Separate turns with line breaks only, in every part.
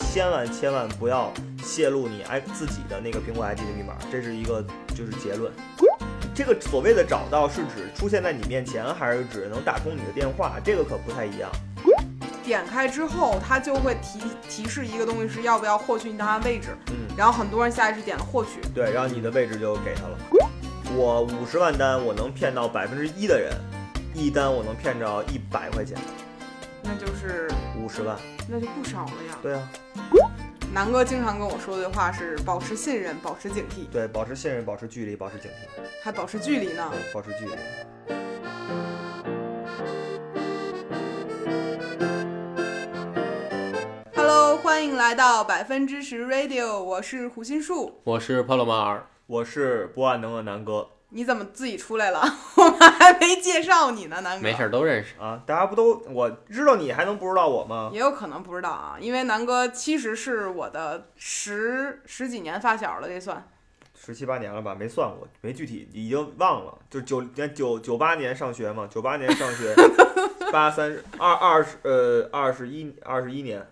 千万千万不要泄露你 i 自己的那个苹果 ID 的密码，这是一个就是结论。这个所谓的找到是指出现在你面前，还是指能打通你的电话？这个可不太一样。
点开之后，它就会提提示一个东西是要不要获取你的档案位置，
嗯，
然后很多人下意识点了获取。
对，然后你的位置就给他了。我五十万单，我能骗到百分之一的人，一单我能骗着一百块钱，
那就是
五十万。
那就不少了呀。
对啊，
南哥经常跟我说的话是保持信任，保持警惕，
对，保持信任，保持距离，保持警惕，
还保持距离呢。
对，保持距离。
Hello，欢迎来到百分之十 Radio，我是胡心树。
我是帕洛马尔，
我是不万能的南哥
你怎么自己出来了？ 我们还没介绍你呢，
哎
南哥。
没事儿都认识。
啊，大家不都我知道你还能不知道我吗？
也有可能不知道啊，因为南哥其实是我的十十几年发小了，这算
十七八年了吧，没算过，没具体，已经忘了。就九九九八年上学嘛，九八年上学，八三二二十呃二十一二十一年，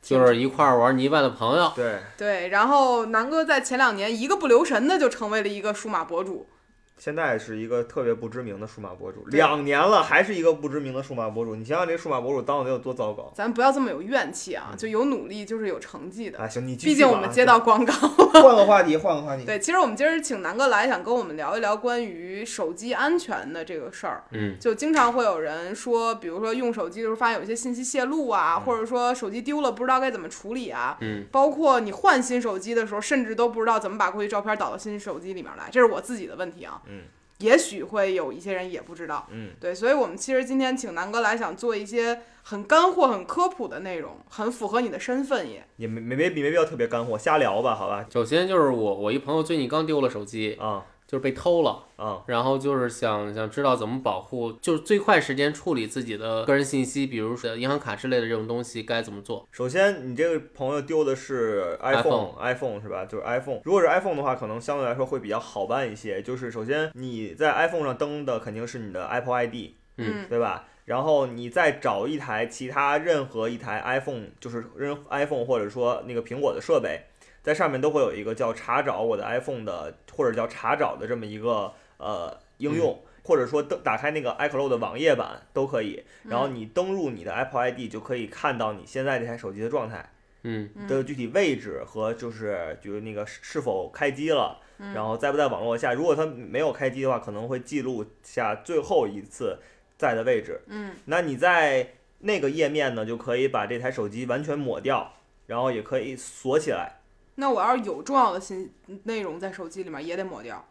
就是一块儿玩泥巴的朋友，
对，
对。然后南哥在前两年一个不留神的就成为了一个数码博主，
现在是一个特别不知名的数码博主，两年了还是一个不知名的数码博主，你想想这数码博主当的得有多糟糕
咱不要这么有怨气啊，就有努力就是有成绩的。
啊！行，你嗯继续
毕竟
吧
我们接到广告。
换个话题，换个话题，
对，其实我们今儿请南哥来，想跟我们聊一聊关于手机安全的这个事儿。
嗯，
就经常会有人说，比如说用手机的时候发现有一些信息泄露
嗯
啊，或者说手机丢了不知道该怎么处理啊，
嗯，
包括你换新手机的时候，甚至都不知道怎么把过去照片导到新手机里面来，这是我自己的问题啊，
嗯，
也许会有一些人也不知道，
嗯，
对，所以我们其实今天请南哥来，想做一些很干货、很科普的内容，很符合你的身份也，
也没没没没必要特别干货，瞎聊吧，好吧？
首先就是我，我一朋友最近刚丢了手机，
啊
就是被偷了，
啊
然后就是想想知道怎么保护，就是最快时间处理自己的个人信息，比如说银行卡之类的这种东西该怎么做。
首先，你这个朋友丢的是
iPhone
iPhone，iPhone 是吧？就是 iPhone。如果是 iPhone 的话，可能相对来说会比较好办一些。就是首先你在 iPhone 上登的肯定是你的 Apple ID，
嗯
对吧？然后你再找一台其他任何一台 iPhone，就是任 iPhone 或者说那个苹果的设备，在上面都会有一个叫查找我的 iPhone 的，或者叫查找的这么一个呃应用，
嗯
或者说登打开那个 iCloud 的网页版都可以。
嗯
然后你登录你的 Apple ID 就可以看到你现在这台手机的状态。
嗯，
的具体位置和就是就是那个是是否开机了，
嗯
然后在不在网络下。如果它没有开机的话，可能会记录下最后一次在的位置。
嗯，
那你在那个页面呢，就可以把这台手机完全抹掉，然后也可以锁起来。
那我要是有重要的信内容在手机里面也得抹掉，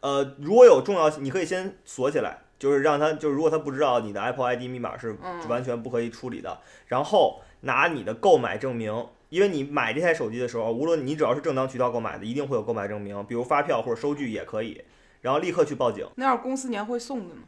呃，如果有重要，你可以先锁起来，就是让他，就是如果他不知道你的 Apple ID 密码是
嗯
完全不可以处理的，然后拿你的购买证明，因为你买这台手机的时候，无论你只要是正当渠道购买的，一定会有购买证明，比如发票或者收据也可以，然后立刻去报警，
那要是公司年会送的呢？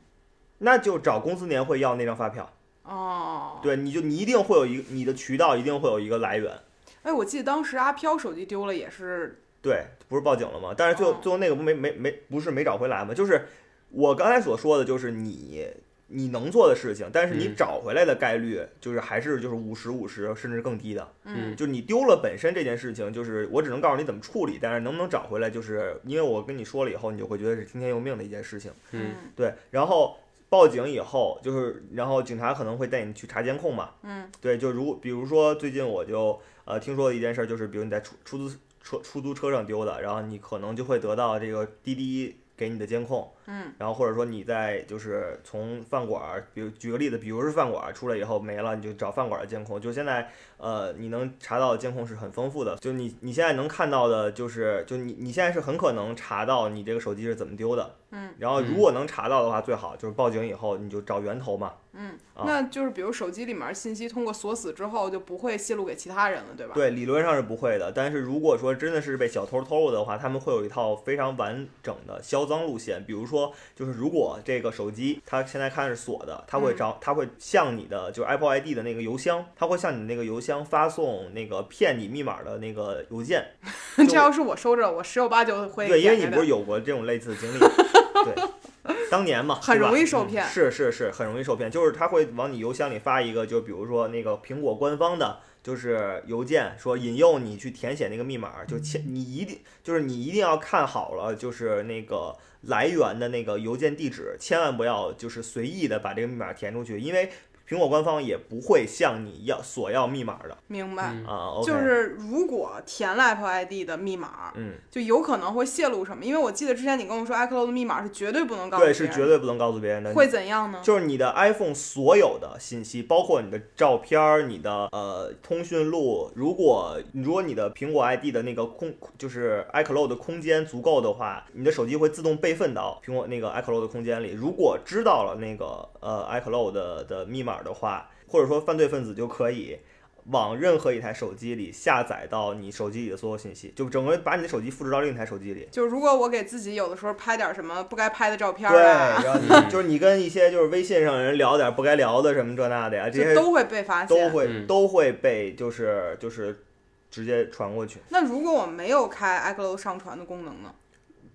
那就找公司年会要那张发票，
哦，
对，你就你一定会有一个你的渠道一定会有一个来源，
哎，我记得当时阿飘手机丢了也是，
对，不是报警了吗？但是最后、
哦
最后那个不没没没不是没找回来吗？就是我刚才所说的，就是你你能做的事情，但是你
嗯
找回来的概率就是还是就是五十五十甚至更低的。
嗯
就是你丢了本身这件事情，就是我只能告诉你怎么处理，但是能不能找回来，就是因为我跟你说了以后，你就会觉得是听天由命的一件事情。
嗯
对，然后报警以后，就是然后警察可能会带你去查监控嘛。
嗯，
对，就如比如说最近我就呃听说的一件事，就是比如你在出出租车出租车上丢的，然后你可能就会得到这个滴滴给你的监控。
嗯，
然后或者说你在就是从饭馆儿，比如举个例子，比如是饭馆儿出来以后没了，你就找饭馆儿的监控。就现在呃，你能查到的监控是很丰富的，就你你现在能看到的，就是就你你现在是很可能查到你这个手机是怎么丢的。
嗯，
然后如果能查到的话，最好就是报警以后你就找源头嘛。啊
那就是比如手机里面信息通过锁死之后就不会泄露给其他人了，对吧？
对，理论上是不会的，但是如果说真的是被小偷偷了的话，他们会有一套非常完整的销赃路线。比如说，就是如果这个手机它现在看是锁的，它
嗯
会找，它会向你的就是 Apple ID 的那个邮箱，它会向你那个邮箱发送那个骗你密码的那个邮件。就
这要是我收着，我十有八九会
对，因为
点
你
开
不是
的
有过这种类似的经历，对，当年嘛，
很
对吧嗯
容易受骗。
是是是，很容易受骗，就是他会往你邮箱里发一个，就比如说那个苹果官方的，就是邮件说引诱你去填写那个密码，就签你一定就是你一定要看好了，就是那个来源的那个邮件地址，千万不要就是随意的把这个密码填出去，因为苹果官方也不会向你要索要密码的
明白。
嗯
啊。OK，
就是如果填了 Apple ID 的密码，
嗯，
就有可能会泄露什么。因为我记得之前你跟我说 iCloud 的密码是绝对不能告诉
对，
别人
是
的，
绝对不能告诉别人的。
会怎样呢？
就是你的 iPhone 所有的信息，包括你的照片儿、你的呃通讯录，如果如果你的苹果 ID 的那个空就是 iCloud 的空间足够的话，你的手机会自动备份到苹果那个 iCloud 的空间里。如果知道了那个呃 iCloud 的的密码的话，或者说犯罪分子就可以。往任何一台手机里下载到你手机里的所有信息，就整个把你的手机复制到另一台手机里。
就是如果我给自己有的时候拍点什么不该拍的照片
对，
啊，
然后
嗯
你就是你跟一些就是微信上人聊点不该聊的什么这那的呀，哎这
就
些
都会被发
都
现。
会、
嗯
都会被就是就是直接传过去。
那如果我没有开 iCloud 上传的功能呢？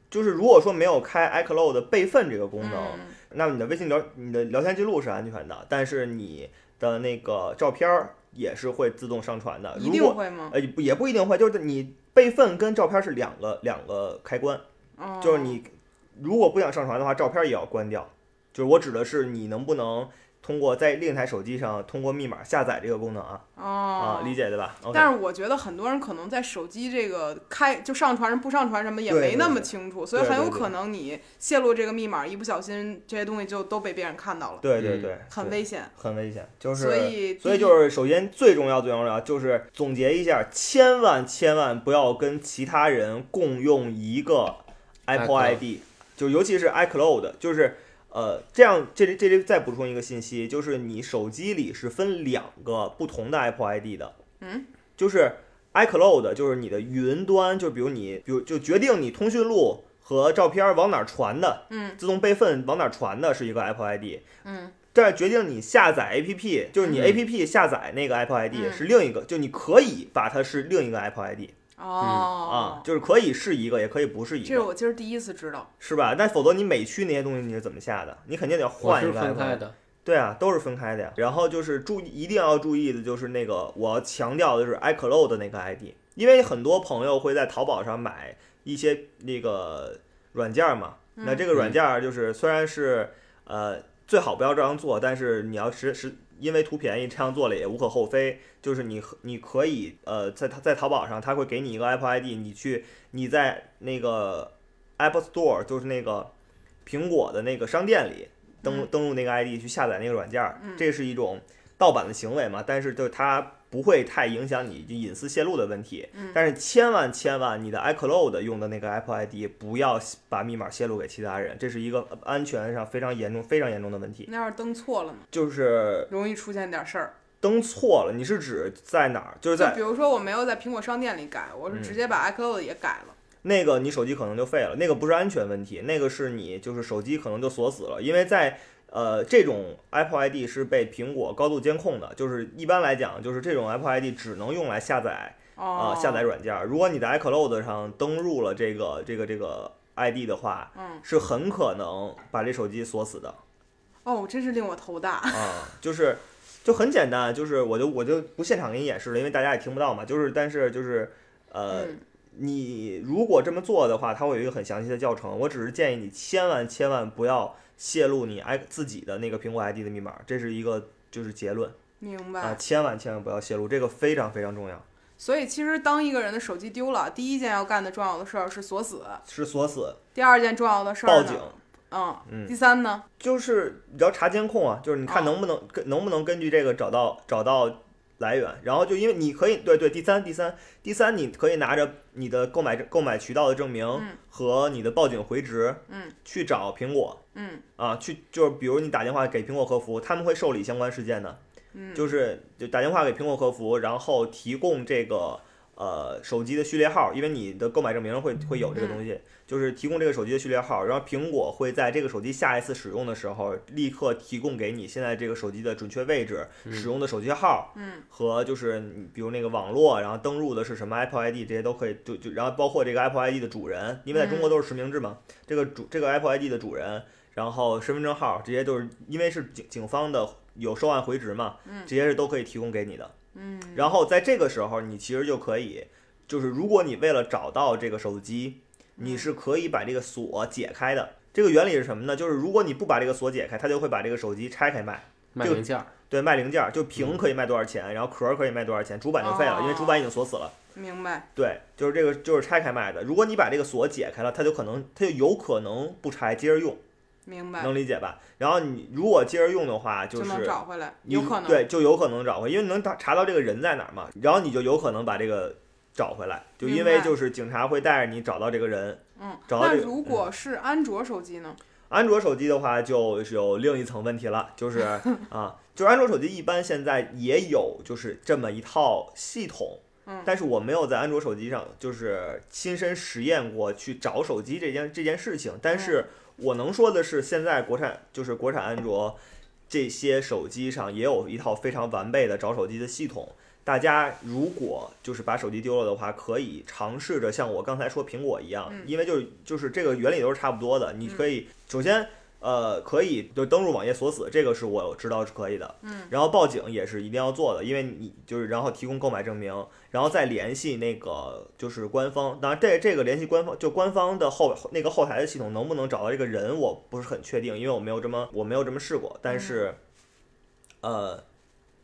就是如果说没有开 iCloud 的备份这个功能，
嗯，
那么你的微信聊你的聊天记录是安全的，但是你的那个照片儿也是会自动上传的。
一
如
定
果
会吗？
呃也不也不一定会，就是你备份跟照片是两个两个开关。
嗯
就是你如果不想上传的话，照片也要关掉。就是我指的是你能不能通过在另一台手机上通过密码下载这个功能啊、
哦
啊，，理解对吧？OK，
但是我觉得很多人可能在手机这个开就上传不上传什么也
对
没
对
那么
对
清楚，所以
对
很
对
有
对
可能你泄露这个密码，一不小心这些东西就都被别人看到了，
对对对，
很
对
危险。
很危险，就是
所以
所以
是
就是首先最重要最重要就是总结一下，千万千万不要跟其他人共用一个 Apple
iCloud
ID，就尤其是 iCloud，就是呃这样这里这里再补充一个信息，就是你手机里是分两个不同的 Apple ID 的，
嗯，
就是 iCloud 就是你的云端，就比如你比如就决定你通讯录。和照片往哪儿传的，
嗯，
自动备份往哪儿传的是一个 Apple ID，
嗯
这决定你下载 APP，就是你
嗯
APP 下载那个 Apple ID
嗯
是另一个，就你可以把它是另一个 Apple ID 啊
哦，，
就是可以是一个，也可以不是一
这是
个，
我今儿第一次知道，
是吧？但否则你美区那些东西你是怎么下的？你肯定得
我
换
是
一个
分
Apple
开
ID。
的，
对啊，都是分开的呀。然后就是注意，一定要注意的就是那个我要强调的就是 iCloud 的那个 ID，因为很多朋友会在淘宝上买一些那个软件嘛，那这个软件就是虽然是呃最好不要这样做，但是你要实实因为图便宜这样做了也无可厚非，就是你和你可以呃在它在淘宝上，它会给你一个 Apple ID，你去你在那个 Apple Store 就是那个苹果的那个商店里登录、登录那个 ID 去下载那个软件儿，这是一种盗版的行为嘛？但是就是它不会太影响你就隐私泄露的问题。但是千万千万，你的 iCloud 用的那个 Apple ID 不要把密码泄露给其他人，这是一个安全上非常严重、非常严重的问题。
那要是登错了呢，
就是
容易出现点事儿。
登错了，你是指在哪儿？就是
就
在嗯
比如说我没有在苹果商店里改，我是直接把 iCloud 也改了。
那个你手机可能就废了，那个不是安全问题，那个是你就是手机可能就锁死了，因为在呃这种 Apple ID 是被苹果高度监控的，就是一般来讲就是这种 Apple ID 只能用来下载啊、
哦，
下载软件儿，如果你在 iCloud 上登录了这个这个这个 ID 的话，
嗯，
是很可能把这手机锁死的。
哦，真是令我头大。
啊，就是就很简单，就是我就我就不现场给你演示了，因为大家也听不到嘛。就是但是就是呃，
嗯
你如果这么做的话，它会有一个很详细的教程。我只是建议你千万千万不要泄露你 i 自己的那个苹果 ID 的密码，这是一个就是结论
明
啊，
白。
千万千万不要泄露，这个非常非常重要，
所以其实当一个人的手机丢了，第一件要干的重要的事儿是锁死，
是锁死
第二件重要的事儿
报
呢
警。
嗯，
嗯
第三呢？
就是你要查监控啊，就是你看
哦
能不能跟、能不能根据这个找到找到来源，然后就因为你可以对对第三第三第三你可以拿着你的购买购买渠道的证明
嗯
和你的报警回执，
嗯，
去找苹果
嗯
啊，去就是比如你打电话给苹果客服，他们会受理相关事件的，
嗯，
就是就打电话给苹果客服，然后提供这个呃手机的序列号，因为你的购买证明会会有这个东西，就是提供这个手机的序列号，然后苹果会在这个手机下一次使用的时候，立刻提供给你现在这个手机的准确位置、使用的手机号
嗯
和就是你比如那个网络，然后登录的是什么 Apple ID 这些都可以，就就然后包括这个 Apple ID 的主人，因为在中国都是实名制嘛，这个主这个 Apple ID 的主人。然后身份证号这些都是因为是警警方的有收案回执嘛，这些是都可以提供给你的。
嗯，
然后在这个时候，你其实就可以，就是如果你为了找到这个手机，你是可以把这个锁解开的。这个原理是什么呢？就是如果你不把这个锁解开，它就会把这个手机拆开卖。
卖零件儿，
对，卖零件儿，就
嗯
屏可以卖多少钱，然后壳儿可以卖多少钱，主板就废了，因为主板已经锁死
哦
了。
明白，
对，就是这个，就是拆开卖的。如果你把这个锁解开了，它就可能，它就有可能不拆，接着用，
明白，
能理解吧？然后你如果接着用的话，就
就是能找回来，
你
有可能。
对，就有可能找回，因为你能查查到这个人在哪儿嘛，然后你就有可能把这个找回来，就因
明
为
白
就是警察会带着你找到这个人。
嗯，
找到
那
这个
如果是安卓手机呢？
安卓手机的话，就是有另一层问题了， 就是啊，就是安卓手机一般现在也有就是这么一套系统，
嗯
但是我没有在安卓手机上就是亲身实验过去找手机这件这件事情，但是
嗯
我能说的是，现在国产就是国产安卓这些手机上也有一套非常完备的找手机的系统。大家如果就是把手机丢了的话，可以尝试着像我刚才说苹果一样，
嗯
因为就是就是这个原理都是差不多的。你可以首先呃可以就登入网页锁死，这个是我知道是可以的。
嗯，
然后报警也是一定要做的，因为你就是然后提供购买证明，然后再联系那个就是官方。当然这这个联系官方就官方的后那个后台的系统能不能找到这个人，我不是很确定，因为我没有这么我没有这么试过，但是、呃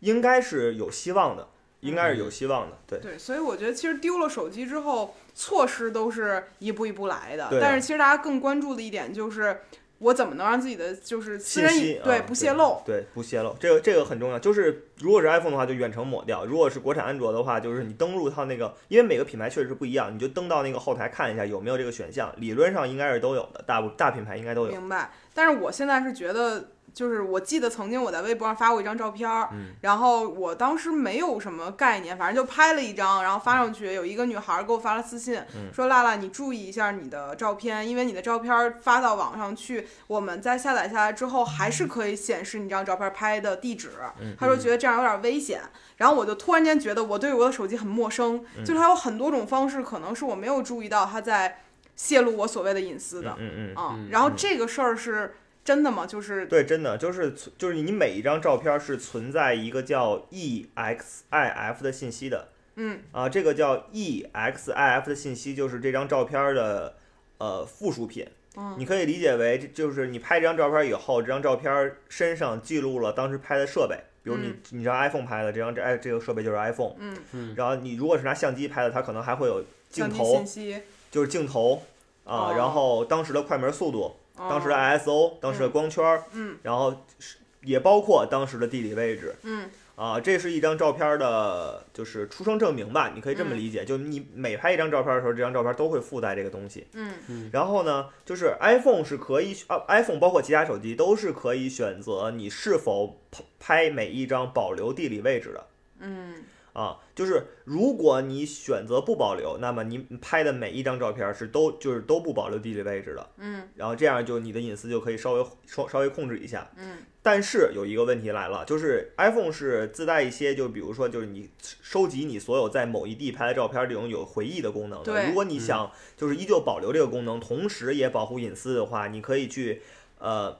应该是有希望的。应该是有希望的，对。
对，所以我觉得其实丢了手机之后，措施都是一步一步来的。
对啊
但是其实大家更关注的一点就是，我怎么能让自己的就是私
信
人
息
隐
啊
对不泄露？
对，不泄露，这个这个很重要。就是如果是 iPhone 的话，就远程抹掉；如果是国产安卓的话，就是你登录它那个，因为每个品牌确实不一样，你就登到那个后台看一下有没有这个选项。理论上应该是都有的，大部大品牌应该都有。
明白。但是我现在是觉得，就是我记得曾经我在微博上发过一张照片儿，
嗯
然后我当时没有什么概念，反正就拍了一张，然后发上去。有一个女孩儿给我发了私信，
嗯
说：“辣辣，你注意一下你的照片，因为你的照片儿发到网上去，我们在下载下来之后，还是可以显示你这张照片儿拍的地址。
嗯
她说觉得这样有点危险，然后我就突然间觉得我对我的手机很陌生，
嗯
就是它有很多种方式，可能是我没有注意到它在泄露我所谓的隐私的。
嗯嗯，
啊、
嗯
然后这个事儿是真的吗？就是
对，真的就是存就是你每一张照片是存在一个叫 E EXIF 的信息的。
嗯
啊，这个叫 EXIF 的信息就是这张照片的呃附属品。
嗯
你可以理解为，这就是你拍这张照片以后，这张照片身上记录了当时拍的设备，比如你、
嗯
你这张 iPhone 拍的，这张这哎这个设备就是 iPhone。
嗯，
嗯
然后你如果是拿相机拍的，它可能还会有镜
相机
头
信，息，
就是镜头啊，
哦
然后当时的快门速度，当时的啊
哦
ISO，当时的光圈儿，
嗯
然后是也包括当时的地理位置。
嗯
啊，这是一张照片的，就是出生证明吧，你可以这么
嗯
理解，就你每拍一张照片的时候，这张照片都会附带这个东西。
嗯
然后呢，就是 iPhone 是可以啊，iPhone 包括其他手机都是可以选择你是否拍拍每一张保留地理位置的
嗯
啊。就是如果你选择不保留，那么你拍的每一张照片是都就是都不保留地理位置的，
嗯
然后这样就你的隐私就可以稍微稍稍微控制一下。
嗯
但是有一个问题来了，就是 iPhone 是自带一些，就比如说，就是你收集你所有在某一地拍的照片这种有回忆的功能的。
对
如果你想就是依旧保留这个功能，同时也保护隐私的话，你可以去呃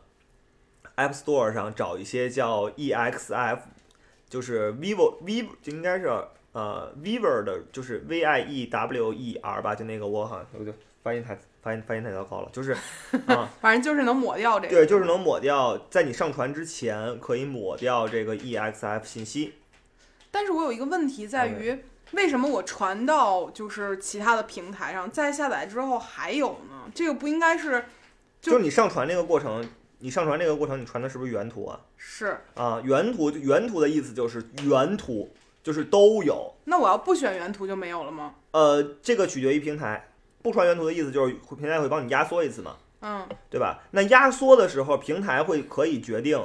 App Store 上找一些叫 EXF，就是 vivo vivo 就应该是呃 vivo 的，就是 V I E W E R 吧，就那个我好像我就发音太发音发音太糟糕了，就是
嗯，反正就是能抹掉这个。
对，就是能抹掉，在你上传之前可以抹掉这个 EXF 信息。
但是我有一个问题在
嗯
于，为什么我传到就是其他的平台上，再下载之后还有呢？这个不应该是就
就是你上传这个过程，你上传这个过程，你传的是不是原图啊？
是？
啊，原图原图的意思就是原图，就是都有。
那我要不选原图就没有了吗？
呃，这个取决于平台，不传原图的意思就是平台会帮你压缩一次嘛，
嗯
对吧？那压缩的时候，平台会可以决定，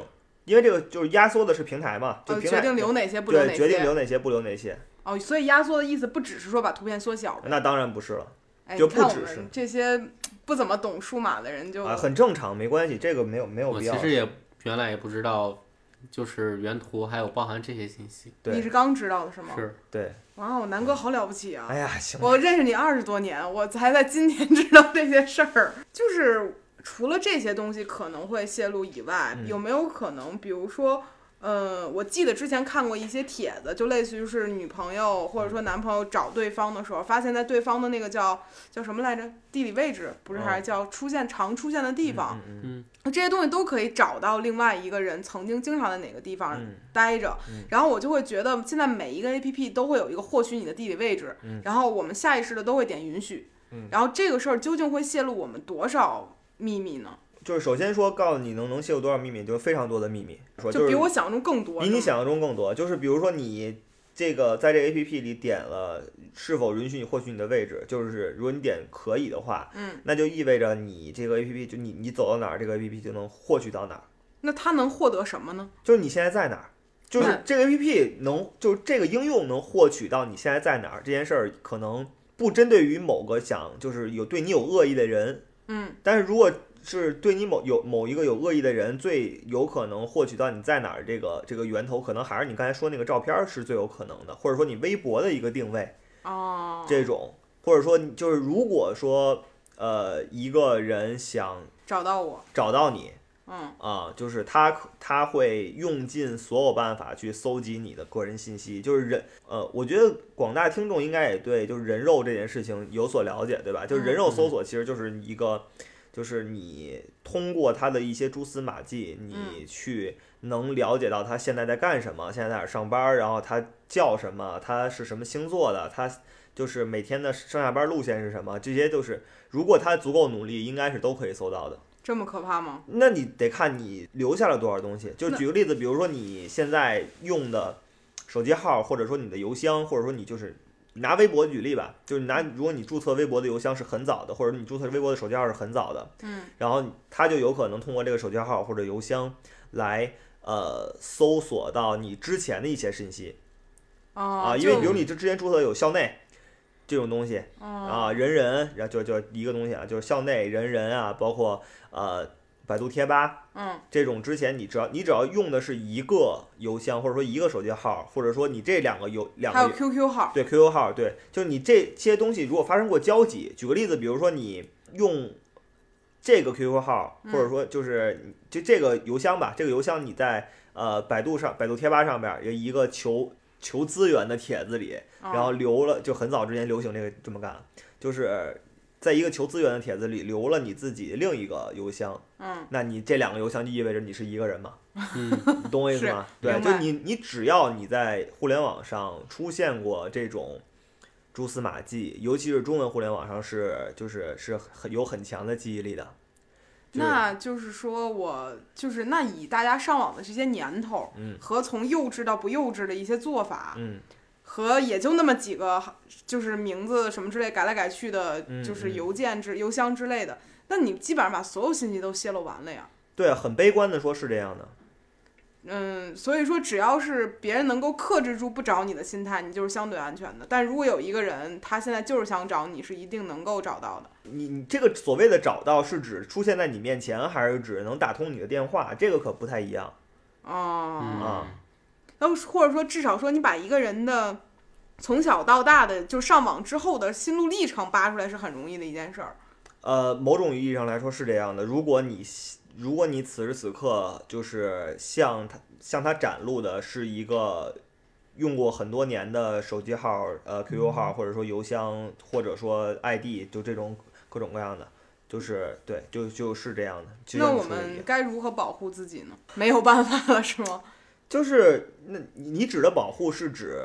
因为这个就是压缩的是平台嘛，就
呃，
平
决
台、
定留哪些不留哪
对
些。
决定留哪些不留哪些，
哦，所以压缩的意思不只是说把图片缩小呗。
那当然不是了。
哎，
就
你看
不
我
只是
们这些不怎么懂数码的人就
啊，很正常，没关系，这个没有没有
我
必
其
要。
实也原来也不知道，就是原图还有包含这些信息，
对
你是刚知道的是吗？
是
对，
哇哦，南哥好了不起啊！
哎哎呀，行吧。
我认识你二十多年，我才在今天知道这些事儿。就是除了这些东西可能会泄露以外，
嗯
有没有可能，比如说，呃，我记得之前看过一些帖子，就类似于是女朋友或者说男朋友找对方的时候，发现在对方的那个叫叫什么来着，地理位置不是，
哦
还是叫出现常出现的地方，
嗯
这些东西都可以找到另外一个人曾经经常在哪个地方
嗯
待着，
嗯
然后我就会觉得现在每一个 A P P 都会有一个获取你的地理位置，
嗯
然后我们下意识的都会点允许，
嗯
然后这个事儿究竟会泄露我们多少秘密呢？
就是首先说告诉你能能泄露多少秘密，就是非常多的秘密，说
就是比我想象中更多，
比你
是吗
想象中更多。就是比如说你这个在这 A P P 里点了是否允许你获取你的位置，就是如果你点可以的话，
嗯，
那就意味着你这个 A P P 就你你走到哪儿，这个 A P P 就能获取到哪儿，
那他能获得什么呢？
就是你现在在哪儿。就是
那
这个 A P P 能，就是这个应用能获取到你现在在哪儿这件事儿，可能不针对于某个想就是有对你有恶意的人，
嗯，
但是如果是对你某有某一个有恶意的人，最有可能获取到你在哪儿这个这个源头，可能还是你刚才说那个照片儿是最有可能的，或者说你微博的一个定位
哦，
这种，或者说你就是如果说呃一个人想
找到我，
找到你
嗯，
啊，就是他可他会用尽所有办法去搜集你的个人信息，就是人呃，我觉得广大听众应该也对就是人肉这件事情有所了解，对吧？就是人肉搜索其实就是一个，就是你通过他的一些蛛丝马迹，你去能了解到他现在在干什么，现在在哪儿上班，然后他叫什么，他是什么星座的，他。就是每天的上下班路线是什么？这些都是，如果他足够努力，应该是都可以搜到的。
这么可怕吗？
那你得看你留下了多少东西。就
那
举个例子，比如说你现在用的手机号，或者说你的邮箱，或者说你就是拿微博举例吧，就是拿如果你注册微博的邮箱是很早的，或者你注册微博的手机号是很早的，
嗯，
然后他就有可能通过这个手机号或者邮箱来。呃，搜索到你之前的一些信息
哦，
啊，因
就
为比如你之之前注册有校内这种东西，
哦，
啊，人人，然后就就一个东西啊，就是校内人人啊，包括呃百度贴吧
嗯，
这种，之前你只要你只要用的是一个邮箱，或者说一个手机号，或者说你这两个邮两
还有
个
QQ 号，
对 QQ 号，对，就是你这些东西如果发生过交集，举个例子，比如说你用这个 QQ 号，或者说就是就这个邮箱吧，这个邮箱你在呃百度上、百度贴吧上边有一个求求资源的帖子里，
哦
然后留了，就很早之前流行这个这么干，就是在一个求资源的帖子里留了你自己另一个邮箱，
嗯，
那你这两个邮箱就意味着你是一个人 嘛，
嗯，
你懂我意思吗？
是
对，
明
就
白
你你只要你在互联网上出现过这种蛛丝马迹，尤其是中文互联网上是就是是很有很强的记忆力的，就是
那就是说我就是那以大家上网的这些年头，
嗯
和从幼稚到不幼稚的一些做法，
嗯
和也就那么几个，就是名字什么之类改来改去的，
嗯
就是
嗯
邮件之、邮箱之类的，那你基本上把所有信息都泄露完了呀。
对，很悲观的说是这样的，
嗯，所以说只要是别人能够克制住不找你的心态，你就是相对安全的。但如果有一个人他现在就是想找你，是一定能够找到的。
你你这个所谓的找到是指出现在你面前，还是指能打通你的电话？这个可不太一样。
哦，
啊
那、或者说至少说你把一个人的从小到大的就上网之后的心路历程扒出来是很容易的一件事儿。
呃，某种意义上来说是这样的。如果你如果你此时此刻就是向他向他展露的是一个用过很多年的手机号、呃 QQ
嗯
号，或者说邮箱，或者说 ID，就这种各种各样的，就是对，就就是这样的。就
那
像你
我
说的一
们
样
该如何保护自己呢？没有办法了，是吗？
就是那你你指的保护是指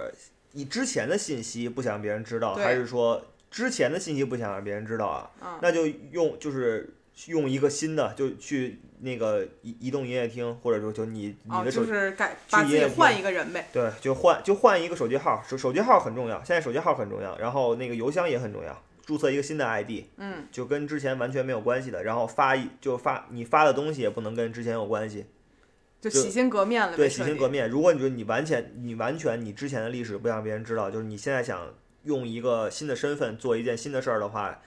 你之前的信息不想让别人知道，
对
还是说之前的信息不想让别人知道啊？
嗯
那就用就是用一个新的，就去那个移移动营业厅，或者说就你你
哦，
的手、
就是改把自
也
己
不
换一个人呗。
对，就换就换一个手机号，手手机号很重要，现在手机号很重要，然后那个邮箱也很重要，注册一个新的 ID，
嗯，
就跟之前完全没有关系的，然后发一就发你发的东西也不能跟之前有关系，
就
就
洗心革面了呗。
对，
彻
洗
底
心革面。如果你说你完全你完全你之前的历史不想让别人知道，就是你现在想用一个新的身份做一件新的事儿的话，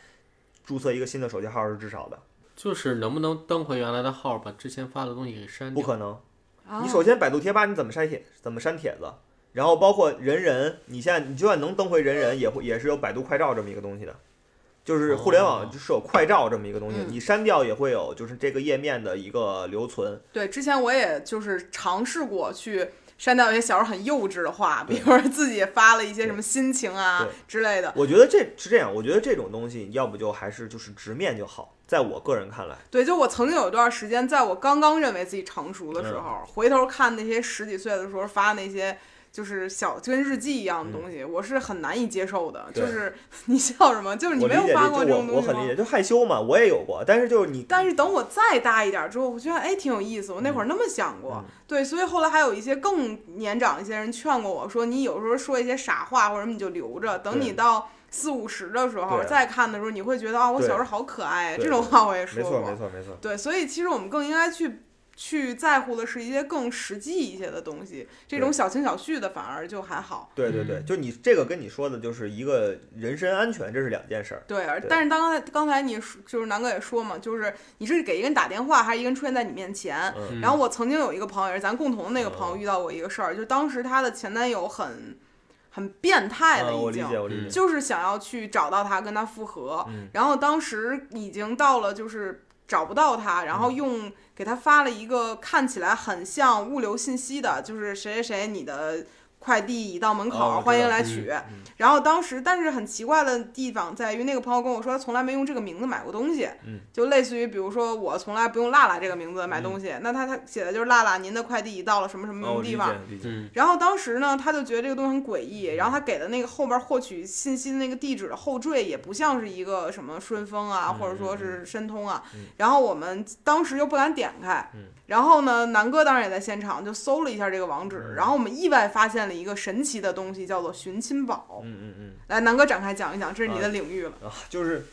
注册一个新的手机号是至少的，
就是能不能登回原来的号，把之前发的东西给删
不
掉？
可能。
啊
你首先百度贴吧你怎么删帖，怎么删帖子，然后包括人人，你现在你就算能登回人人，也会也是有百度快照这么一个东西的，就是互联网就是有快照这么一个东西，
嗯
你删掉也会有就是这个页面的一个留存。
对，之前我也就是尝试过去删掉一些小时候很幼稚的话，
对
比如说自己发了一些什么心情啊
对
之类的。
我觉得这是这样，我觉得这种东西要不就还是就是直面就好，在我个人看来，
对，就我曾经有一段时间，在我刚刚认为自己成熟的时
嗯
候，回头看那些十几岁的时候发那些。就是小就跟日记一样的东西，我是很难以接受的。
嗯对
就是你笑什么？就是 你
我
没
理
有
解
发
这，
过这
就我
种
我
东西
很理
吗？
解，就害羞嘛，我也有过，但是就是你
但是等我再大一点之后，我觉得哎挺有意思。我那会儿
嗯
那么想过，对，所以后来还有一些更年长一些人劝过我说，你有时候说一些傻话或者什么，你就留着，等你
对
到四五十的时候
对
再看的时候，你会觉得啊，我
对
小时候好可爱。
对
这种话我也
没
说
错没
过。
错没错，
对，所以其实我们更应该去去在乎的是一些更实际一些的东西，这种
对
小情小趣的反而就还好。
对对对，就你这个跟你说的就是一个人身安全，这是两件事儿。
对，而
对
但是刚才刚才你说，就是南哥也说嘛，就是你是给一个人打电话，还是一个人出现在你面前？
嗯
然后我曾经有一个朋友，也是咱共同的那个朋友，
哦
遇到过一个事儿，就是当时她的前男友很很变态了，
嗯我
已
理
经、
解我理解，
就是想要去找到她，跟她复合。
嗯
然后当时已经到了就是找不到她，然
嗯
后用给她发了一个看起来很像物流信息的，就是谁谁谁你的。快递已到门口，
哦我知道
欢迎来取。
嗯
然后当时，但是很奇怪的地方在于，那个朋友跟我说，他从来没用这个名字买过东西。
嗯，
就类似于，比如说我从来不用“辣辣”这个名字买东西，那他他写的就是“辣辣”，您的快递已到了什么什么什
哦，
么
我理
地
解
方。
理解，
嗯
然后当时呢，他就觉得这个东西很诡异，然后他给的那个后边获取信息的那个地址的后缀也不像是一个什么顺丰啊，或者说是申通啊。
嗯
然后我们当时又不敢点开，
嗯
然后呢，南哥当然也在现场，就搜了一下这个网址，
嗯
然后我们意外发现了一个神奇的东西，叫做寻亲宝。
嗯嗯嗯。
来，南哥展开讲一讲，这是你的领域了。
啊，就是，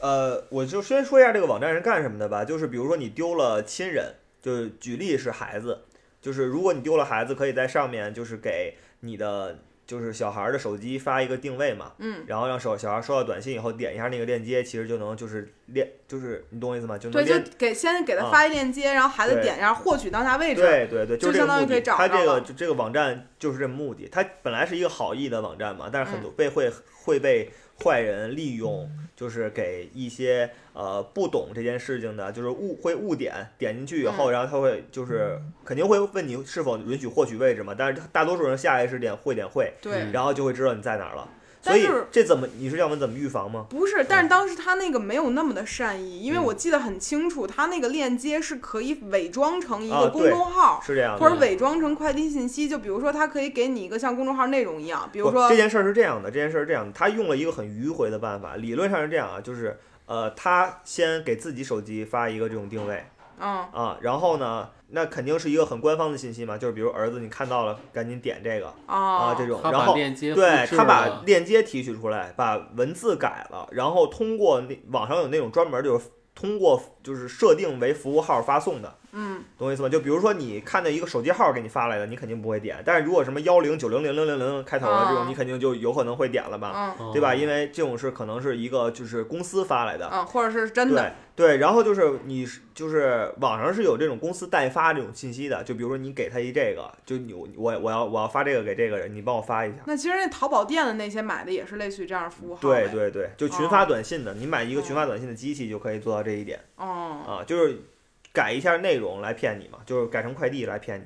呃，我就先说一下这个网站是干什么的吧。就是比如说你丢了亲人，就是举例是孩子，就是如果你丢了孩子，可以在上面就是给你的就是小孩儿的手机发一个定位嘛，
嗯，
然后让小小孩儿收到短信以后点一下那个链接，其实就能就是链就是你懂我意思吗？就能
对，就
连。
给先给他
啊
发一链接，然后孩子
对
点一下获取当下位置。
对对对，
就
这
相
个
当于
目
可以
的。
找
它
着
这个
了
就这个网站就是这目的，它本来是一个好意的网站嘛，但是
嗯
很多被会会被坏人利用，就是给一些呃不懂这件事情的，就是误会误点点进去以
嗯
后，然后他会就是肯定会问你是否允许获取位置嘛，但是大多数人下意识点会点会，
对
嗯
然后就会知道你在哪儿了。所
但
以
是
这怎么你是要问怎么预防吗？
不是，但是当时他那个没有那么的善意，因为
嗯
我记得很清楚，他那个链接是可以伪装成一个
啊
公
对
众号，
是这样的，
或者伪装成快递信息。就比如说，他可以给你一个像公众号内容一样，比如
不
说
这，件事儿是这样的，这件事儿是这样的，他用了一个很迂回的办法，理论上是这样啊，就是呃，他先给自己手机发一个这种定位
嗯，
啊，然后呢，那肯定是一个很官方的信息嘛，就是比如儿子你看到了，赶紧点这个啊
哦
这，种，
他
然
把
后。
链接
对
复制
他把
了
链接提取出来，把文字改了，然后通过那网上有那种专门就是通过就是设定为服务号发送的，
嗯，
懂我意思吗？就比如说你看到一个手机号给你发来的，你肯定不会点，但是如果什么幺零九零零零零零开头的这
啊
种，你肯定就有可能会点了吧，
嗯，
对吧？
哦
因为这种是可能是一个就是公司发来的，
嗯，或者是真的，
对对。然后就是你是就是网上是有这种公司代发这种信息的，就比如说你给他一这个，就你我我要我要发这个给这个人，你帮我发一下。
那其实那淘宝店的那些买的也是类似于这样的服务号，
对，对对，就
哦
群发短信的，你买一个群发短信的机器就可以做到这一点
哦，
啊，就是改一下内容来骗你嘛，就是改成快递来骗你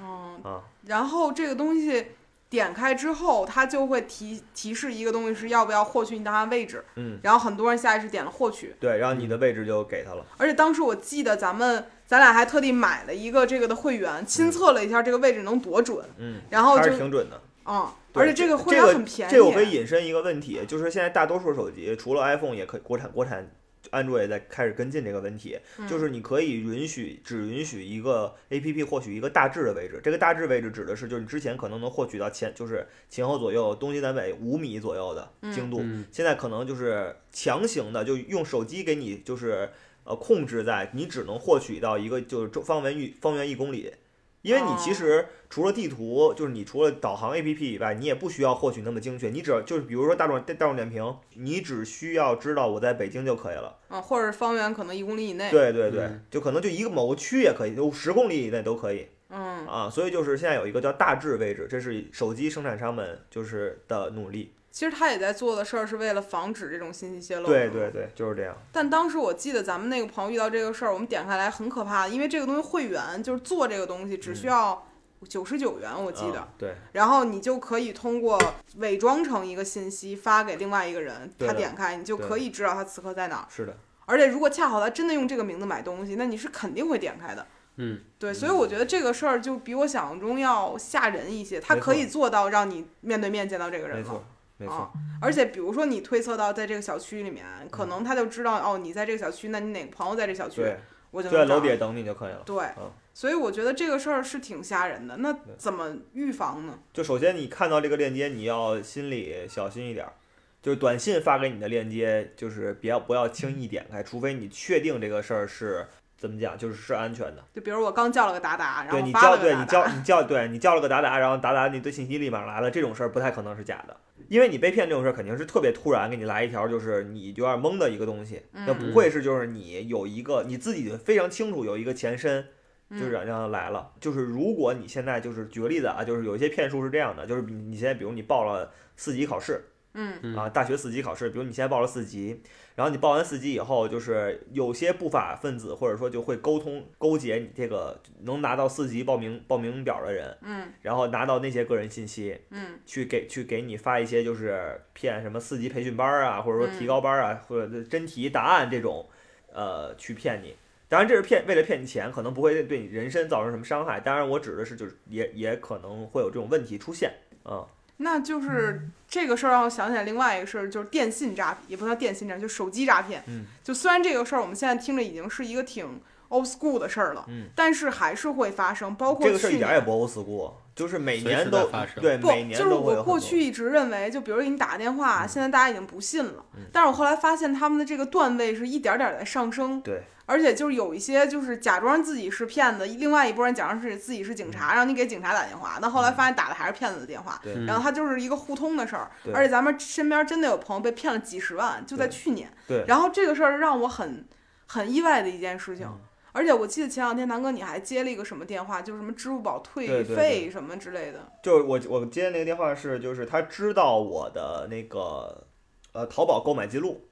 嗯，
啊。
然后这个东西点开之后，它就会提提示一个东西是要不要获取你档案位置，
嗯，
然后很多人下意识点了获取。
对，然后你
嗯
的位置就给他了。
而且当时我记得咱们咱俩还特地买了一个这个的会员，亲测了一下这个位置能多准，
嗯，
然后
还
就是
挺准的。
嗯，
对
而且个会员
这
很便宜，啊
这我可以引申一个问题，就是现在大多数手机除了 iPhone 也可以，国产国产。安卓也在开始跟进这个问题，
嗯
就是你可以允许只允许一个 A P P 获取一个大致的位置，这个大致位置指的是就是你之前可能能获取到前就是前后左右东西南北五米左右的精度，
嗯
现在可能就是强行的就用手机给你就是呃控制在你只能获取到一个就是周方圆一方圆一公里，因为你其
哦
实除了地图，就是你除了导航 APP 以外，你也不需要获取那么精确，你只要就是比如说大众大众点评，你只需要知道我在北京就可以了。
嗯，或者是方圆可能一公里以内，
对对对
嗯，
就可能就一个某个区也可以，就十公里以内都可以
嗯，
啊。所以就是现在有一个叫大致位置，这是手机生产商们就是的努力。
其实他也在做的事儿是为了防止这种信息泄露。
对对对，就是这样。
但当时我记得咱们那个朋友遇到这个事儿，我们点开来很可怕的，因为这个东西会员就是做这个东西只需
嗯
要九十九元，我
我
记得，
啊对，
然后你就可以通过伪装成一个信息发给另外一个人，
对
他
的
点开你就
对
可以知道他此刻在哪儿。
是的，
而且如果恰好他真的用这个名字买东西，那你是肯定会点开的。
嗯，
对，所以我觉得这个事儿就比我想象中要吓人一些，他
没
可
错
以做到让你面对面见到这个人
没
了。
错，没
啊
错，，嗯
而且比如说你推测到在这个小区里面，可能他就知道哦，你在这个小区，那你哪个朋友在这小区，
对，
我就
就
能
在楼
找
底下等你就可以了。
对
嗯，
所以我觉得这个事儿是挺吓人的。那
对
怎么预防呢？
就首先你看到这个链接，你要心里小心一点儿。就是短信发给你的链接，就是别不要轻易点开，除非你确定这个事儿是怎么讲，就是是安全的。
就比如我刚叫了个达达，然
对
后
你
发
叫，
了个
对
达
你
达，
叫，你叫，对你叫了个达达，然后达达你的信息立马来了，这种事儿不太可能是假的，因为你被骗这种事儿肯定是特别突然，给你来一条就是你有点懵的一个东西，那
嗯
不会是就是你有一个你自己非常清楚有一个前身，
嗯
就是让它来了。就是如果你现在就是举个例子啊，就是有一些骗术是这样的，就是你现在比如你报了四级考试
嗯
嗯
啊，大学四级考试，比如你现在报了四级，然后你报完四级以后，就是有些不法分子或者说就会沟通勾结你这个能拿到四级报名报名表的人，
嗯
然后拿到那些个人信息，
嗯
去给去给你发一些就是骗什么四级培训班儿啊，或者说
嗯
提高班儿啊，或者真题答案这种，呃，去骗你。当然这是骗为了骗你钱，可能不会对你人身造成什么伤害。当然我指的是就是也也可能会有这种问题出现。嗯，
那就是这个事儿让我想起来另外一个事儿，就是电信诈骗，也不叫电信诈骗，就手机诈骗。
嗯，
就虽然这个事儿我们现在听着已经是一个挺 old school 的事儿了，
嗯，
但是还是会发生，包括
这个事儿
去
一
年
点也不 old school，就是每
随时
年
在
都
发生
对
不
每，年
就是
都会有
我
很
过
多。
去一直认为，就比如给你打个电话，现在大家已经不信了。
嗯
但是我后来发现他们的这个段位是一点点儿在上升。
对，
而且就是有一些就是假装自己是骗子，另外一拨人假装是自己是警
嗯
察，让你给警察打电话，但后来发现打的还是骗子的电话。
对
然后它就是一个互通的事儿，
嗯对
而且咱们身边真的有朋友被骗了几十万，就在
对
去年。
对
然后这个事儿让我很很意外的一件事情。
嗯
而且我记得前两天南哥你还接了一个什么电话，就是什么支付宝退
对对
费什么之类的。
就是我我接那个电话是就是他知道我的那个呃淘宝购买记录，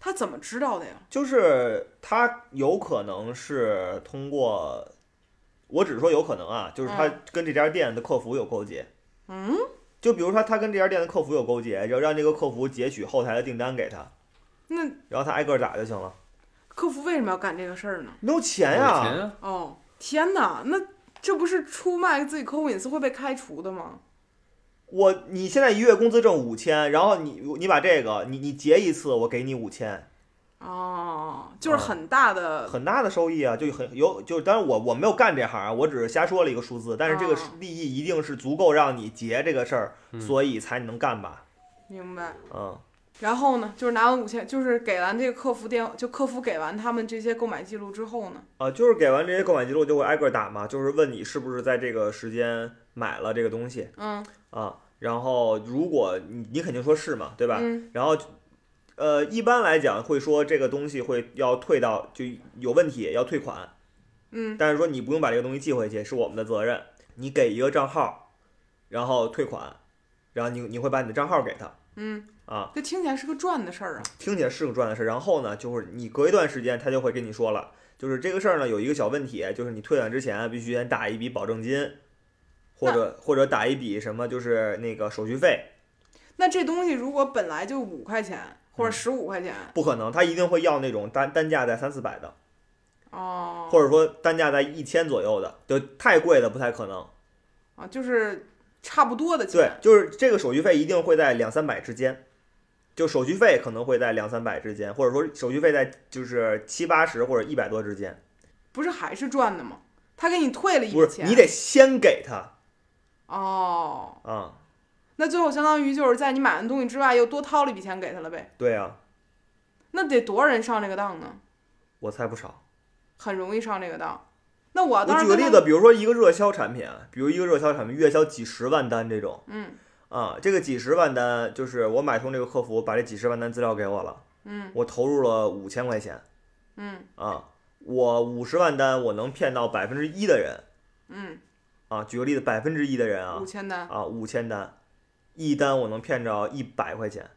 他怎么知道的呀？
就是他有可能是通过，我只是说有可能啊，就是他跟这家店的客服有勾结。
嗯，
就比如说他跟这家店的客服有勾结，然后让这个客服截取后台的订单给他，
那
然后他挨个打就行了。
客服为什么要干这个事儿呢？
没有钱
有
呀、
钱啊，
哦，天哪，那这不是出卖自己客户隐私会被开除的吗？
我你现在一月工资挣五千，然后你你把这个你你结一次，我给你五千，
哦，就是
嗯
很大的，
很大的收益啊，就很有就当然我我没有干这行啊，我只是瞎说了一个数字，但是这个
哦
利益一定是足够让你结这个事儿，
嗯
所以才能干吧，
明白。
嗯。
然后呢，就是拿完五千，就是给完这个客服电，就客服给完他们这些购买记录之后呢，
啊，就是给完这些购买记录就会挨个打嘛，就是问你是不是在这个时间买了这个东西
嗯
啊，然后如果你你肯定说是嘛，对吧？
嗯
然后呃，一般来讲会说这个东西会要退到就有问题要退款，
嗯，
但是说你不用把这个东西寄回去，是我们的责任，你给一个账号，然后退款，然后你你会把你的账号给他，
嗯
啊，
这听起来是个赚的事儿啊。
听起来是个赚的事儿。然后呢，就是你隔一段时间，他就会跟你说了，就是这个事儿呢有一个小问题，就是你退款之前必须先打一笔保证金，或者或者打一笔什么，就是那个手续费。
那这东西如果本来就五块钱
嗯
或者十五块钱，
不可能，他一定会要那种单单价在三四百的，
哦，
或者说单价在一千左右的，就太贵的不太可能。
啊，就是差不多的
对
钱，，
就是这个手续费一定会在两三百之间。就手续费可能会在两三百之间，或者说手续费在就是七八十或者一百多之间，
不是还是赚的吗？他给你退了一
不
笔
是
钱，
你得先给他
哦，
啊、
那最后相当于就是在你买完东西之外又多掏了一笔钱给他了呗。
对啊，
那得多少人上这个当呢？
我猜不少。
很容易上这个当。那我
我
啊当时
举个
跟
例
他
子，比如说一个热销产品，比如一个热销产品月销几十万单这种
嗯
啊，这个几十万单就是我买通这个客服把这几十万单资料给我了，
嗯，
我投入了五千块钱
嗯
啊，我五十万单我能骗到百分之一的人
嗯，
啊，举个例子，百分之一的人啊
五千单，
啊五千单，一单我能骗着一百块钱，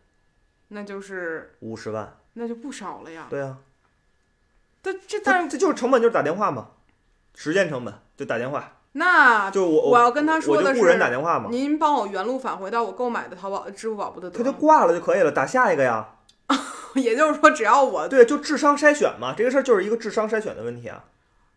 那就是
五十万。
那就不少了呀。
对啊，
但这但
这这就是成本，就是打电话嘛，时间成本就打电话，
那
就是我
啊我要跟他说
我
的
就雇人
是，
打电话嘛，
您帮我原路返回到我购买的淘宝、支付宝不就
他
得
就
了吗？
挂了就可以了，打下一个呀。
也就是说，只要我
对，就智商筛选嘛，这个事儿就是一个智商筛选的问题啊。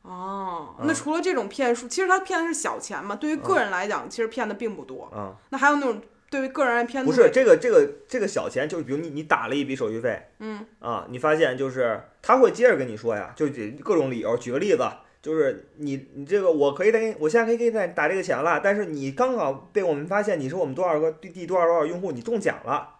哦，
嗯
那除了这种骗术，其实他骗的是小钱嘛，对于个人来讲，其实骗的并不多。
啊、
那还有那种对于个人来骗
不
的
是这个这个这个小钱，就是比如你你打了一笔手续费，
嗯
啊，你发现就是他会接着跟你说呀，就得各种理由。举个例子，就是你你这个我可以再给你，我现在可以给你打打这个钱了，但是你刚好被我们发现你是我们多少个第第多少多少用户，你中奖了，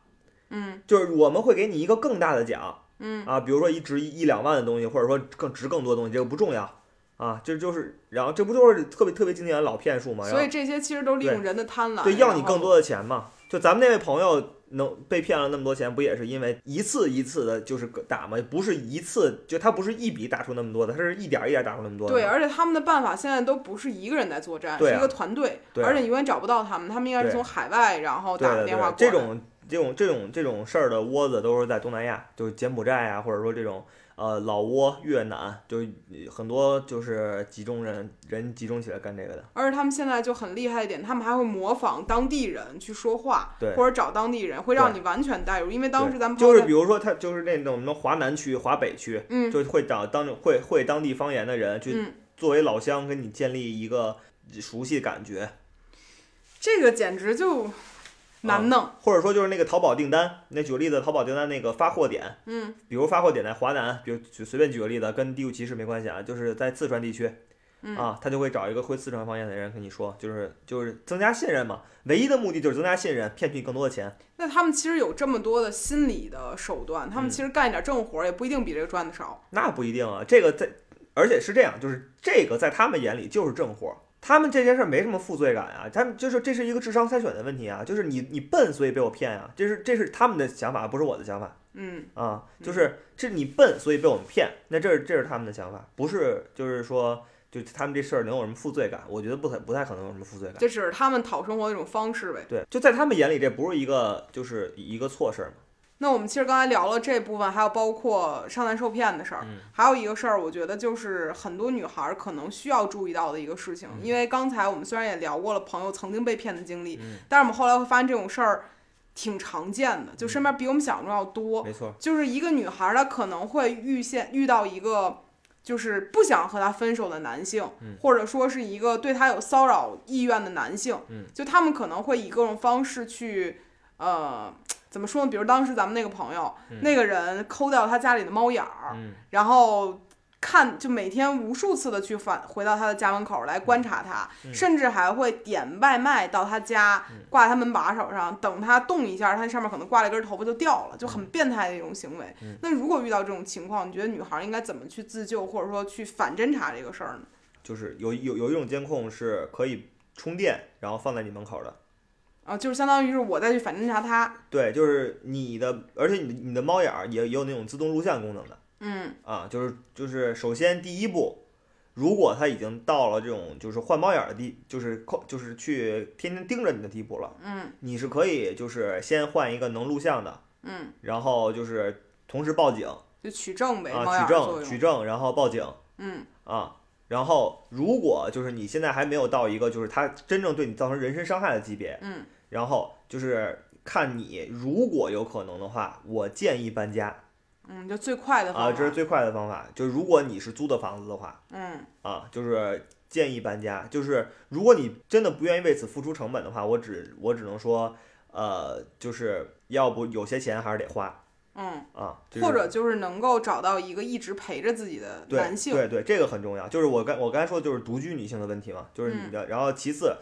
嗯
就是我们会给你一个更大的奖。
嗯
啊，比如说一值一一两万的东西，或者说更值更多的东西，这个不重要啊，这就是，然后这不就是特别特别经典的老骗术吗？然
所
后
以这些其实都利用人的贪婪，
对，要你
然后
更多的钱嘛。就咱们那位朋友能被骗了那么多钱，不也是因为一次一次的，就是打吗？不是一次，就他不是一笔打出那么多的，他是一点儿一点儿打出那么多的。
对，，而且他们的办法现在都不是一个人在作战，
对啊
是一个团队，
对啊
而且永远找不到他们，他们应该是
对
从海外然后
对
打
的
个
对
电话
的，
过
这
来。
种这种这种这种事儿的窝子都是在东南亚，就是柬埔寨啊，或者说这种呃老挝、越南，就是很多就是集中人人集中起来干这个的。
而且他们现在就很厉害一点，他们还会模仿当地人去说话，
对
或者找当地人，会让你完全带入。因为当时咱们朋
就
友
是
在
比如说他就是那种什么华南区、华北区，
嗯
就会找当会会当地方言的人去
嗯，
作为老乡跟你建立一个熟悉感觉，
这个简直就难弄。
啊或者说就是那个淘宝订单，那举个例子，淘宝订单那个发货点，
嗯，
比如发货点在华南，比如举随便举个例子，跟地域歧视没关系啊，就是在四川地区。
嗯
啊，他就会找一个会四川方言的人跟你说，就是就是增加信任嘛，唯一的目的就是增加信任，骗取你更多的钱。
那他们其实有这么多的心理的手段，他
嗯
们其实干一点正活儿也不一定比这个赚的少。
那不一定啊，这个在，而且是这样，就是这个在他们眼里就是正活儿，他们这件事儿没什么负罪感啊，他们就是这是一个智商筛选的问题啊，就是你你笨所以被我骗啊，这是这是他们的想法，不是我的想法
嗯，
啊，
嗯
就是这是你笨所以被我们骗，那这是这是他们的想法，不是就是说就他们这事儿能有什么负罪感？我觉得不太不太可能有什么负罪感。
这只是他们讨生活的一种方式呗。
对，就在他们眼里，这不是一个就是一个错事儿嘛。
那我们其实刚才聊了这部分，还有包括上当受骗的事儿，
嗯
还有一个事儿，我觉得就是很多女孩儿可能需要注意到的一个事情，因为刚才我们虽然也聊过了朋友曾经被骗的经历，
嗯
但是我们后来会发现这种事儿挺常见的，就身边比我们想象中要多。
没错，
就是一个女孩儿，她可能会遇见遇到一个就是不想和她分手的男性，
嗯
或者说是一个对她有骚扰意愿的男性，
嗯
就他们可能会以各种方式去，呃，怎么说呢？比如当时咱们那个朋友，那个人抠掉他家里的猫眼儿，
嗯
然后。看，就每天无数次的去返回到他的家门口来观察他，
嗯
甚至还会点外卖到他家，挂在他门把手上，等他动一下，他上面可能挂了一根头发就掉了，就很
嗯
变态的一种行为。那如果遇到这种情况，你觉得女孩应该怎么去自救，或者说去反侦查这个事儿呢？
就是有有有一种监控是可以充电，然后放在你门口的。
啊，就是相当于是我再去反侦查她。
对，就是你的，而且你的你的猫眼儿也也有那种自动录像功能的
嗯
啊，就是就是首先第一步，如果它已经到了这种就是换猫眼儿的地，就是扣就是去天天盯着你的地步了，
嗯
你是可以就是先换一个能录像的，
嗯，
然后就是同时报警
就取证呗，猫
啊，
眼儿
取
作
证取
用。
证，然后报警
嗯
啊。然后，如果就是你现在还没有到一个就是它真正对你造成人身伤害的级别，
嗯，
然后就是看你如果有可能的话，我建议搬家
嗯，就最快的方法。
啊，这是最快的方法。就如果你是租的房子的话
嗯
啊，就是建议搬家。就是如果你真的不愿意为此付出成本的话，我只我只能说，呃，就是要不有些钱还是得花
嗯，
啊，就是、
或者就是能够找到一个一直陪着自己的
对
男性。
对对，这个很重要。就是我刚我刚才说的就是独居女性的问题嘛，就是
嗯
你的。然后其次，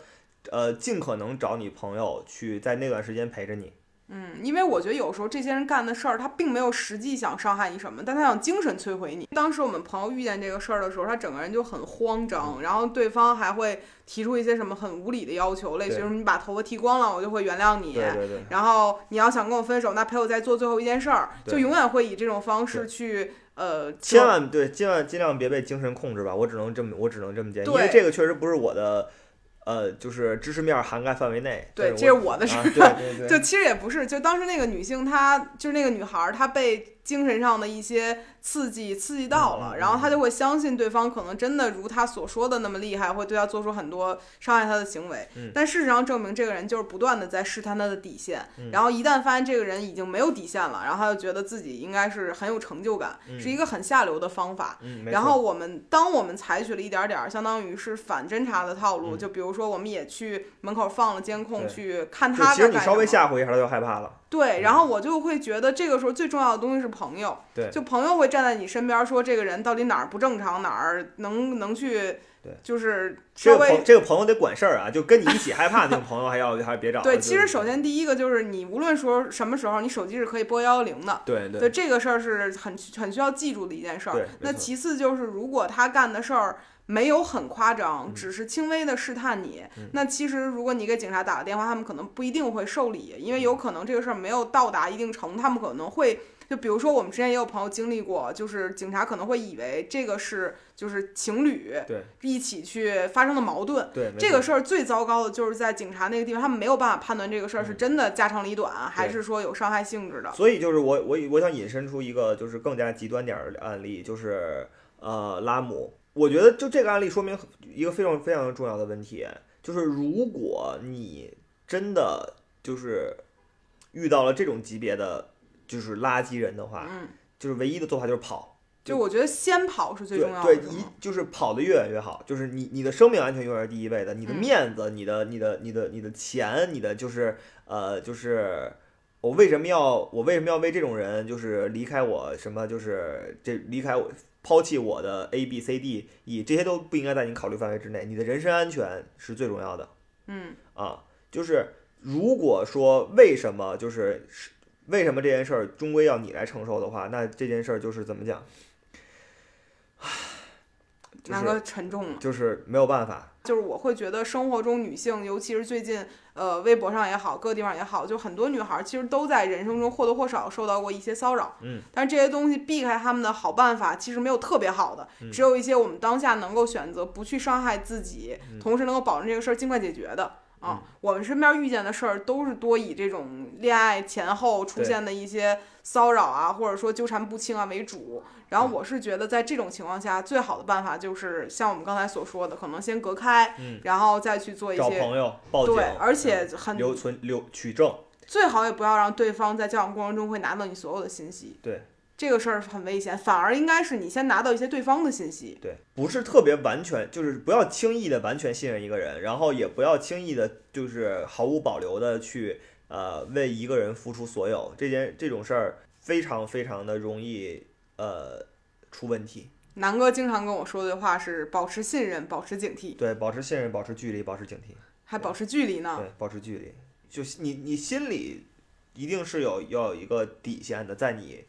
呃，尽可能找你朋友去在那段时间陪着你。
嗯，因为我觉得有时候这些人干的事儿，他并没有实际想伤害你什么，但他想精神摧毁你。当时我们朋友遇见这个事儿的时候，他整个人就很慌
嗯
张，然后对方还会提出一些什么很无理的要求，类似于
对
什么你把头发剃光了，我就会原谅你。
对对对。
然后你要想跟我分手，那陪我再做最后一件事儿，就
对
永远会以这种方式去呃，
千万对，千万尽量别被精神控制吧。我只能这么，我只能这么建议，因为
对
这个确实不是我的，呃，就是知识面涵盖范围内。
对，
但是
这是
我
我的事
啊
儿。
对对
就
对，
其实也不是，就当时那个女性她，就是那个女孩儿，她被精神上的一些刺激刺激
嗯
到
嗯
了，
嗯
然后她就会相信对方可能真的如她所说的那么厉害，会对她做出很多伤害她的行为。
嗯
但事实上证明，这个人就是不断的在试探她的底线，
嗯
然后一旦发现这个人已经没有底线了，然后她就觉得自己应该是很有成就感，
嗯
是一个很下流的方法。
嗯，没
然
错
后我们当我们采取了一点儿点儿，相当于是反侦查的套路，
嗯
就比如说我们也去门口放了监控
对
去看
就
他
其实
在
你
干
稍
什
微
么。
吓唬一下，他就害怕了。
对，然后我就会觉得这个时候最重要的东西是朋友，
嗯对
就朋友会站在你身边说这个人到底哪儿不正常，哪儿能能去
对，
就是
这
稍
个朋
微。
这个朋友得管事儿啊，就跟你一起害怕那种朋友，还要还是别找了。
对，
就
其实首先第一个就是你无论说什么时候，你手机是可以拨幺幺零的，
对对
对这个事儿是很很需要记住的一件事
对
儿
没。
那
错
其次就是，如果他干的事儿没有很夸
嗯
张，只是轻微的试探你，那其实如果你给警察打个电话，他们可能不一定会受理，
嗯
因为有可能这个事儿没有到达一定程度，他们可能会。就比如说，我们之前也有朋友经历过，就是警察可能会以为这个是就是情侣
对
一起去发生的矛盾，
对，没
这
错
个事儿最糟糕的就是在警察那个地方，他们没有办法判断这个事儿是真的家长里短，还
嗯对
是说有伤害性质的。
所以就是我我我想引申出一个就是更加极端点儿的案例，就是呃拉姆。我觉得就这个案例说明一个非常非常重要的问题，就是如果你真的就是遇到了这种级别的就是垃圾人的话，
嗯，
就是唯一的做法就是跑。
就我觉得先跑是最
对
重要的。
对，
是
一
吗
就是跑得越远越好，就是你你的生命安全永远是第一位的，你的
嗯
面子、你的你的你的你的钱、你的就是呃就是我为什么要我为什么要为这种人就是离开我什么就是这离开我抛弃我的 A B C D E 这些都不应该在你考虑范围之内，你的人身安全是最重要的。
嗯
啊，就是如果说为什么就是是为什么这件事儿终归要你来承受的话，那这件事儿就是怎么讲？唉
南
就
哥
是
沉重了。
就是没有办法，
就是我会觉得生活中女性，尤其是最近，呃，微博上也好，各地方也好，就很多女孩其实都在人生中或多或少受到过一些骚扰。
嗯，
但是这些东西避开他们的好办法其实没有特别好的，
嗯
只有一些我们当下能够选择不去伤害自己，
嗯
同时能够保证这个事儿尽快解决的。啊，我们身边遇见的事儿都是多以这种恋爱前后出
对
现的一些骚扰啊，或者说纠缠不清啊为主。然
嗯
后我是觉得，在这种情况下，最好的办法就是像我们刚才所说的，可能先隔开，
嗯
然后再去做一
找
些
朋友报警，
对，而且
嗯
很
留存留取证，
最好也不要让对方在交往过程中会拿到你所有的信息。
对，
这个事儿很危险，反而应该是你先拿到一些对方的信息。
对，不是特别完全，就是不要轻易的完全信任一个人，然后也不要轻易的，就是毫无保留的去呃为一个人付出所有，这件这种事儿非常非常的容易呃出问题。
南哥经常跟我说的话是保持信任，保持警惕，
对，保持信任，保持距离，保持警惕。
还保持距离呢。
对，保持距离，就是你你心里一定是有要有一个底线的，在你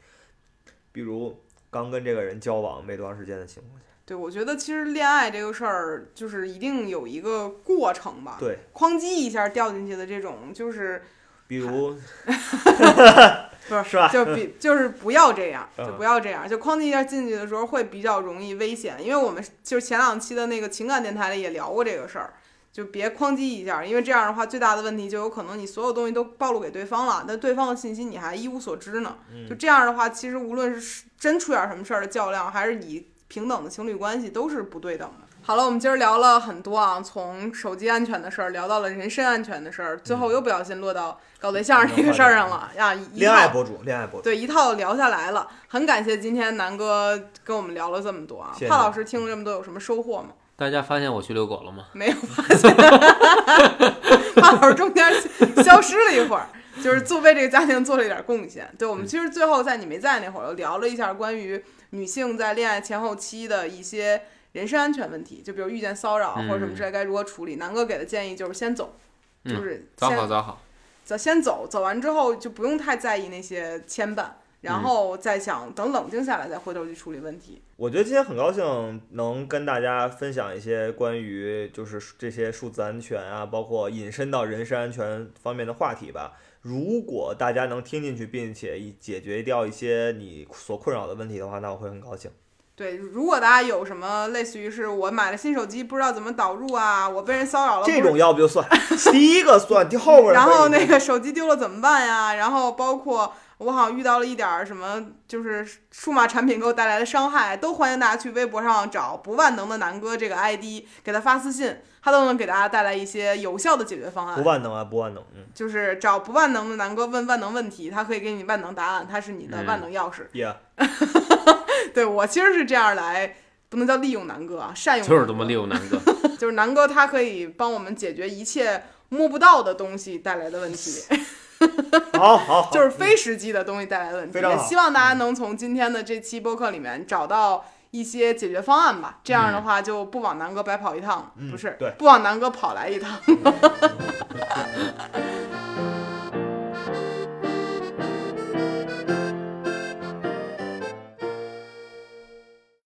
比如刚跟这个人交往没多长时间的情况下，
对，我觉得其实恋爱这个事儿，就是一定有一个过程吧。
对，
哐叽一下掉进去的这种，就是
比如
不是
是 吧
就比就是不要这样，就
嗯
不要这样，就哐叽一下进去的时候会比较容易危险，因为我们就是前两期的那个情感电台里也聊过这个事儿。就别哐叽一下，因为这样的话，最大的问题就有可能你所有东西都暴露给对方了，但对方的信息你还一无所知呢。
嗯
就这样的话，其实无论是真出点什么事儿的较量，还是以平等的情侣关系，都是不对等的。好了，我们今儿聊了很多啊，从手机安全的事儿聊到了人身安全的事儿，最后又不小心落到搞对象这个事儿上了呀。一
嗯恋爱
套
博主，恋爱博主，
对，一套聊下来了，很感谢今天南哥跟我们聊了这么多啊。
谢谢
帕老师听了这么多有什么收获吗？
大家发现我去遛狗了吗？
没有发现，帕老师中间消失了一会儿，就是做为这个家庭做了一点贡献。对我们其实最后在你没在那会儿又聊了一下关于女性在恋爱前后期的一些人身安全问题，就比如遇见骚扰或者什么之类该如何处理。南哥给的建议就是先走，就
嗯
是
早
先
好早好，
走先走，走完之后就不用太在意那些牵绊，然后再想等冷静下来再回头去处理问题。
我觉得今天很高兴能跟大家分享一些关于就是这些数字安全啊，包括引申到人身安全方面的话题吧。如果大家能听进去，并且以解决掉一些你所困扰的问题的话，那我会很高兴。
对，如果大家有什么类似于是我买了新手机不知道怎么导入啊，我被人骚扰了，
这
不是
种要不就算 第一个算，第后边儿
然
可以
后那个手机丢了怎么办呀？然后包括我好像遇到了一点儿什么，就是数码产品给我带来的伤害，都欢迎大家去微博上找不万能的南哥这个 ID，给他发私信，他都能给大家带来一些有效的解决方
不
案。
万能啊，不万能，嗯，
就是找不万能的南哥问万能问题，他可以给你万能答案，他是你的
嗯
万能钥匙。
也、
对我其实是这样来，不能叫利用南哥啊，善用
就是
南哥
这么利用南哥。
就是南哥他可以帮我们解决一切摸不到的东西带来的问题。
好好好，
就是非实际的东西带来的问题。
哦嗯非常
也
好嗯
希望大家能从今天的这期播客里面找到一些解决方案吧。这样的话就不往南哥白跑一趟，
嗯
不是
对
不往南哥跑来一趟。